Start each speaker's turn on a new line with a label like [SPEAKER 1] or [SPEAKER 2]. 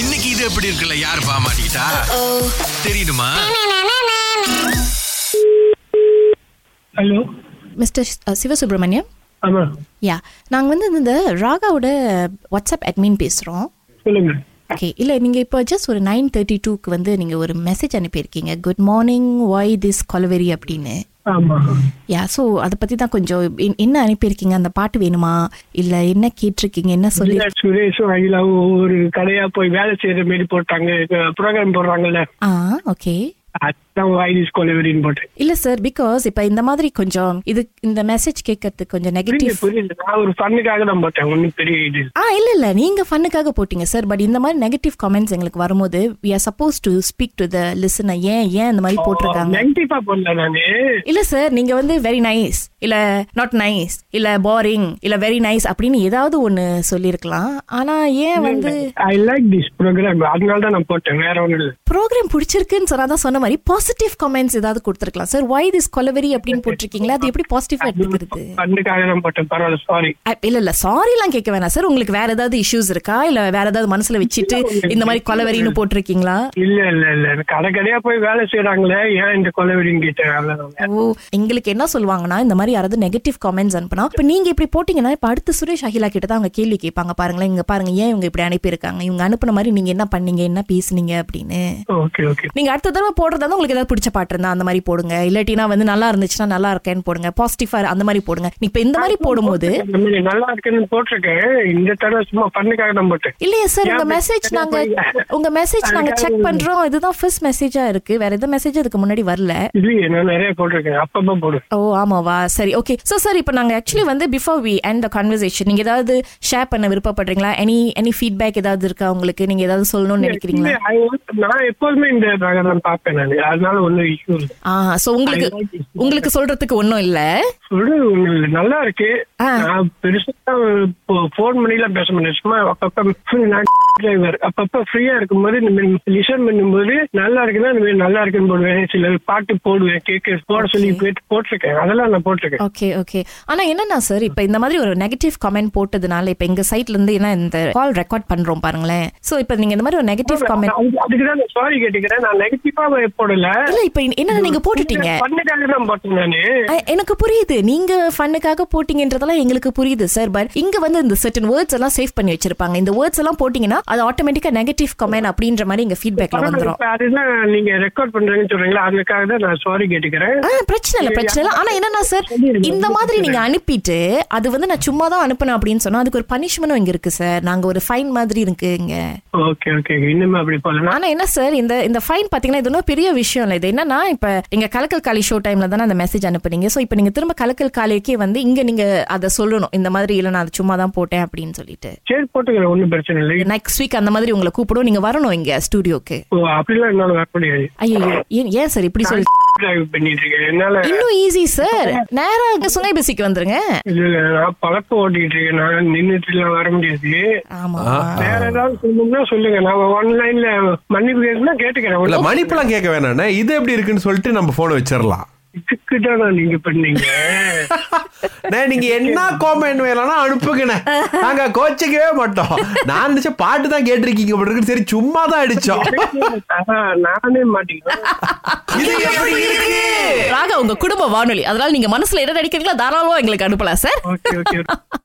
[SPEAKER 1] இன்னைக்கு இது எப்படி இருக்குல்ல யார் பாமாட்டா தெரியுமா
[SPEAKER 2] ஹலோ
[SPEAKER 3] மிஸ்டர் சிவசுப்ரமணியம்
[SPEAKER 2] ஆமா
[SPEAKER 3] யா நாங்கள் வந்து இந்த ராகாவோட வாட்ஸ்அப் அட்மின் பேசுகிறோம்
[SPEAKER 2] சொல்லுங்க
[SPEAKER 3] ஓகே இல்லை நீங்கள் இப்போ ஜஸ்ட் ஒரு நைன் தேர்ட்டி டூக்கு வந்து நீங்கள் ஒரு மெசேஜ் அனுப்பியிருக்கீங்க good morning why this Kolaveri அப்படின்னு
[SPEAKER 2] ஆமா
[SPEAKER 3] யா ஸோ அதை பற்றி தான் கொஞ்சம் என்- என்ன அனுப்பியிருக்கீங்க அந்த பாட்டு வேணுமா இல்லை என்ன கேட்டிருக்கீங்க என்ன சொல்லி
[SPEAKER 2] விஜயா சுரேஷும் அகிலாவும் ஒரு கடையா போய் வேலை செய்யற மாரி போட்டாங்க ப்ரோக்ராம் போடுறாங்கல்ல
[SPEAKER 3] ஆ ஓகே
[SPEAKER 2] அதுதான் வாயிலிஸ் கொலவெறின்னு போட்டேன்
[SPEAKER 3] இல்லை சார் பிகாஸ் இப்போ இந்த மாதிரி கொஞ்சம் இது இந்த மெசேஜ் கேட்கறதுக்கு கொஞ்சம்
[SPEAKER 2] புரியல
[SPEAKER 3] நெகட்டிவ்
[SPEAKER 2] புரியல நான் ஒரு பண்ணுக்காக தான் போட்டேன் ஒன்னும் பெரிய இது இல்ல.
[SPEAKER 3] ஆ இல்லை இல்லை நீங்கள் ஃபன்னுக்காக போட்டிங்க சார் பட் இந்த மாதிரி நெகட்டிவ் கமெண்ட்ஸ் எங்களுக்கு வரும்போது we are suppose to speak to the listener ஏன் ஏன் இந்த மாதிரி போட்டிருக்காங்க
[SPEAKER 2] நெகட்டிவா போடல நானு
[SPEAKER 3] இல்ல சார் நீங்க வந்து வெரி நைஸ் இல்ல நாட் நைஸ் இல்ல போரிங் இல்ல வெரி நைஸ் அப்படின்னு ஏதாவது ஒண்ணு சொல்லியிருக்கலாம் ஆனா ஏன் வந்து
[SPEAKER 2] ஐ லைக் திஸ் ப்ரோக்ராம் அதனால தான் நான் போட்டேன் வேற ஒண்ணும் இல்ல
[SPEAKER 3] ப்ரோக்ராம் பிடிச்சிருக்குன்னு சொன்னா தான் சொன்ன மாதிரி பாசிட்டிவ் கமெண்ட்ஸ் ஏதாவது கொடுத்துருக்கலாம் சார் வை திஸ் கொலவெரி அப்படின்னு போட்டிருக்கீங்களா அது எப்படி பாசிட்டிவா எடுத்துக்கிறது
[SPEAKER 2] பண்ணுக்காக தான் போட்டேன் பரவாயில்ல சாரி
[SPEAKER 3] அ- இல்ல இல்ல சாரிலாம் கேட்க வேணாம் சார் உங்களுக்கு வேற ஏதாவது இஷ்யூஸ் இருக்கா இல்ல வேற ஏதாவது மனசுல வச்சுட்டு இந்த மாதிரி கொலவெரின்னு போட்டிருக்கீங்களா
[SPEAKER 2] இல்ல இல்ல இல்ல கடை கடையா போய் வேலை செய்யறாங்களே ஏன் இந்த கொலவெறின்னு கேட்டேன் அவ்வளவுதான்
[SPEAKER 3] ஓ எங்களுக்கு என்ன சொல்லுவாங்கன்னா இந்த மாதிரி யாராவது நெகட்டிவ் கமெண்ட்ஸ் அனுப்புனா இப்போ நீங்க இப்படி போட்டீங்கன்னா இப்போ அடுத்து சுரேஷ் அகிலா கிட்ட தான் அவங்க கேள்வி கேட்பாங்க பாருங்களேன் இங்க பாருங்க ஏன் இவங்க இப்படி அனுப்பியிருக்காங்க இவங்க அனுப்புன மாதிரி நீங்க என்ன பண்ணீங்க என்ன பேசுனீங்க அப்படின்னு
[SPEAKER 2] ஓகே ஓகே
[SPEAKER 3] நீங்க அடுத்த தடவை போடுறதா இருந்தா உங்களுக்கு ஏதாவது பிடிச்ச பாட்டு இருந்தா அந்த மாதிரி போடுங்க இல்லாட்டினா வந்து நல்லா இருந்துச்சுன்னா நல்லா இருக்கேன்னு போடுங்க பாசிட்டிவா அந்த மாதிரி போடுங்க இப்ப இந்த மாதிரி போடும்போது
[SPEAKER 2] இந்த மாதிரி நல்லா இருக்குன்னு போட்டிருக்கேன் இந்த தடவை சும்மா பண்ணுக்காக தான் போட்டேன்
[SPEAKER 3] இல்லையா சார் உங்க
[SPEAKER 2] ஏன் அப்படி
[SPEAKER 3] மெசேஜ்
[SPEAKER 2] பண்ண
[SPEAKER 3] நாங்க
[SPEAKER 2] போறீங்க?
[SPEAKER 3] உங்க மெசேஜ் நாங்க செக் பண்றோம் இதுதான் ஃபர்ஸ்ட் மெசேஜா இருக்கு வேற எந்த மெசேஜ் அதுக்கு முன்னாடி வரல
[SPEAKER 2] இல்லையே நான் நிறைய போட்டிருக்கேன் அப்பப்போ போடுவேன்
[SPEAKER 3] ஓ ஆமாவா சரி ஓகே ஸோ சார் இப்போ நாங்கள் ஆக்சுவலி வந்து before we end the conversation நீங்கள் ஏதாவது ஷேர் பண்ண விருப்பப்படுறீங்களா எனி எனி ஃபீட்பேக் ஏதாவது இருக்கா உங்களுக்கு நீங்கள் ஏதாவது சொல்லணும்னு நினைக்கிறீங்களா
[SPEAKER 2] இல்ல, I want- நான் எப்போதுமே இந்த ப்ரோக்ராம் தான் பார்ப்பேன் நான் அதனால ஒன்றும் இஷ்யூ இல்லை
[SPEAKER 3] ஆ ஸோ உங்களுக்கு உங்களுக்கு சொல்கிறதுக்கு ஒன்றும் இல்லை
[SPEAKER 2] சொல்றது ஒண்ணும் இல்லை. நல்லா இருக்கு நான் பெருசா போன் பண்ணிலாம் பேச முடியும் சும்மா அப்பப்ப நான் டிரைவர் அப்பப்ப ஃப்ரீயா இருக்கும்போது இந்த மாதிரி லிசன் பண்ணும்போது நல்லா இருக்குன்னா இந்த மாதிரி நல்லா இருக்குன்னு போடுவேன் சில பாட்டு போடுவேன் கேட்க போட சொல்லி கேட்டு போட்டிருக்கேன் அதெல்லாம் நான் போட்டிருக்கேன்
[SPEAKER 3] ஓகே ஓகே ஆனால் என்னன்னா சார் இப்போ இந்த மாதிரி ஒரு நெகட்டிவ் கமெண்ட் போட்டதுனால இப்போ எங்கள் சைட்லேருந்து ஏன்னா இந்த கால் ரெக்கார்ட் பண்ணுறோம் பாருங்களேன் ஸோ இப்போ நீங்கள் இந்த மாதிரி ஒரு நெகட்டிவ் கமெண்ட்
[SPEAKER 2] அது- அதுக்குதான் நான் சாரி கேட்டுக்கிறேன் நான் நெகட்டிவா போடல
[SPEAKER 3] இல்லை இப்போ என்ன நீங்கள் போட்டுட்டீங்க
[SPEAKER 2] பண்ணுக்காக தான் போட்டேன் நானு
[SPEAKER 3] அ- எனக்கு புரியுது நீங்க ஃபன்னுக்காக போட்டீங்கன்றதெல்லாம் எங்களுக்கு புரியுது சார் பட் இங்க வந்து இந்த certain வேர்ட்ஸ் எல்லாம் சேவ் பண்ணி வச்சிருப்பாங்க இந்த வேர்ட்ஸ் எல்லாம் போட்டீங்கன்னா அது ஆட்டோமேட்டிக்கா நெகட்டிவ் கமெண்ட் அப்படின்ற மாதிரி எங்க ஃபீட்பேக்ல வந்துரும்
[SPEAKER 2] இப்ப அதுதான் நீங்க ரெக்கார்ட் பண்றீங்கன்னு சொல்றீங்களா அதுக்காக தான் நான் சாரி கேட்டுக்கிறேன்
[SPEAKER 3] ஆ, பிரச்சனை இல்லை பிரச்சனை இல்லை ஆனா என்னன்னா சார் இந்த மாதிரி நீங்க அனுப்பிட்டு அது வந்து நான் சும்மா தான் அனுப்பினேன் அப்படின்னு சொன்னா அதுக்கு ஒரு பனிஷ்மெண்ட்டும் இங்க இருக்கு சார் நாங்க ஒரு ஃபைன் மாதிரி இருக்கு இங்க
[SPEAKER 2] ஓகே ஓகே இன்னுமே அப்படி போல
[SPEAKER 3] ஆனா என்ன சார் இந்த இந்த ஃபைன் பாத்தீங்கன்னா இது ஒன்றும் பெரிய விஷயம் இல்லை இது என்னன்னா இப்ப நீங்க கலக்கல் காளி ஷோ டைம்ல தானே அந்த மெசேஜ் அனுப்புனீங்க சோ இப்ப நீங்க திரும்ப கலக்கல் காளிக்கே வந்து இங்க நீங்க அதை சொல்லணும் இந்த மாதிரி இல்ல நான் அதை சும்மா தான் போட்டேன் அப்படின்னு சொல்லிட்டு
[SPEAKER 2] சரி போட்டுக்கிறேன் ஒன்றும் பிரச்சனை இல்லை
[SPEAKER 3] நெக்ஸ்ட் வீக் அந்த மாதிரி உங்களை கூப்பிடும் நீங்க வரணும் இங்க ஸ்டுடியோக்கு
[SPEAKER 2] ஓ, அப்படிலாம் என்னால வர முடியாது
[SPEAKER 3] ஐயோ ஏன் ஏன் சார் இப்படி சொல்லி
[SPEAKER 2] டிரைவ் பண்ணிட்டு இருக்கேன் என்னால
[SPEAKER 3] இன்னும் ஈஸி சார் நேரா இங்க சுனை பஸ்ஸுக்கு வந்துருங்க
[SPEAKER 2] இதுல நான் பழக்கம் ஓட்டிட்டு இருக்கேன் நான் நின்றுட்டு எல்லாம் வர முடியாது
[SPEAKER 3] ஆமா
[SPEAKER 2] வேற ஏதாவது சொல்லணும்னா சொல்லுங்க நான் ஆன்லைன்ல மன்னிப்பு கேட்கணும்னா கேட்டுக்கிறேன்
[SPEAKER 4] இல்ல
[SPEAKER 2] ஒண்ணும்
[SPEAKER 4] மன்னிப்புலாம் கேட்க வேணாண்ணே இது எப்படி இருக்குன்னு சொல்லிட்டு நம்ம போனை வச்சிடலாம்
[SPEAKER 2] இதுக்கு தான் நீங்க பண்ணீங்க
[SPEAKER 4] அண்ணே, நீங்க என்ன கோமெண்ட் வேணாலும் அனுப்புங்கண்ணே நாங்க கோச்சிக்கவே மாட்டோம் நான் நினைச்ச பாட்டு தான் கேட்டிருக்கீங்க அப்படி இருக்கு சரி சும்மா தான் அடிச்சோம்
[SPEAKER 2] ஆஹா, நானே மாட்டேங்கிறேன்
[SPEAKER 4] இது எப்படி இருக்கு
[SPEAKER 3] ராகா உங்க குடும்ப வானொலி அதனால நீங்க மனசுல என்ன நினைக்கிறீங்களோ தாராளமா எங்களுக்கு அனுப்பலாம் சார்
[SPEAKER 2] ஓகே ஓகே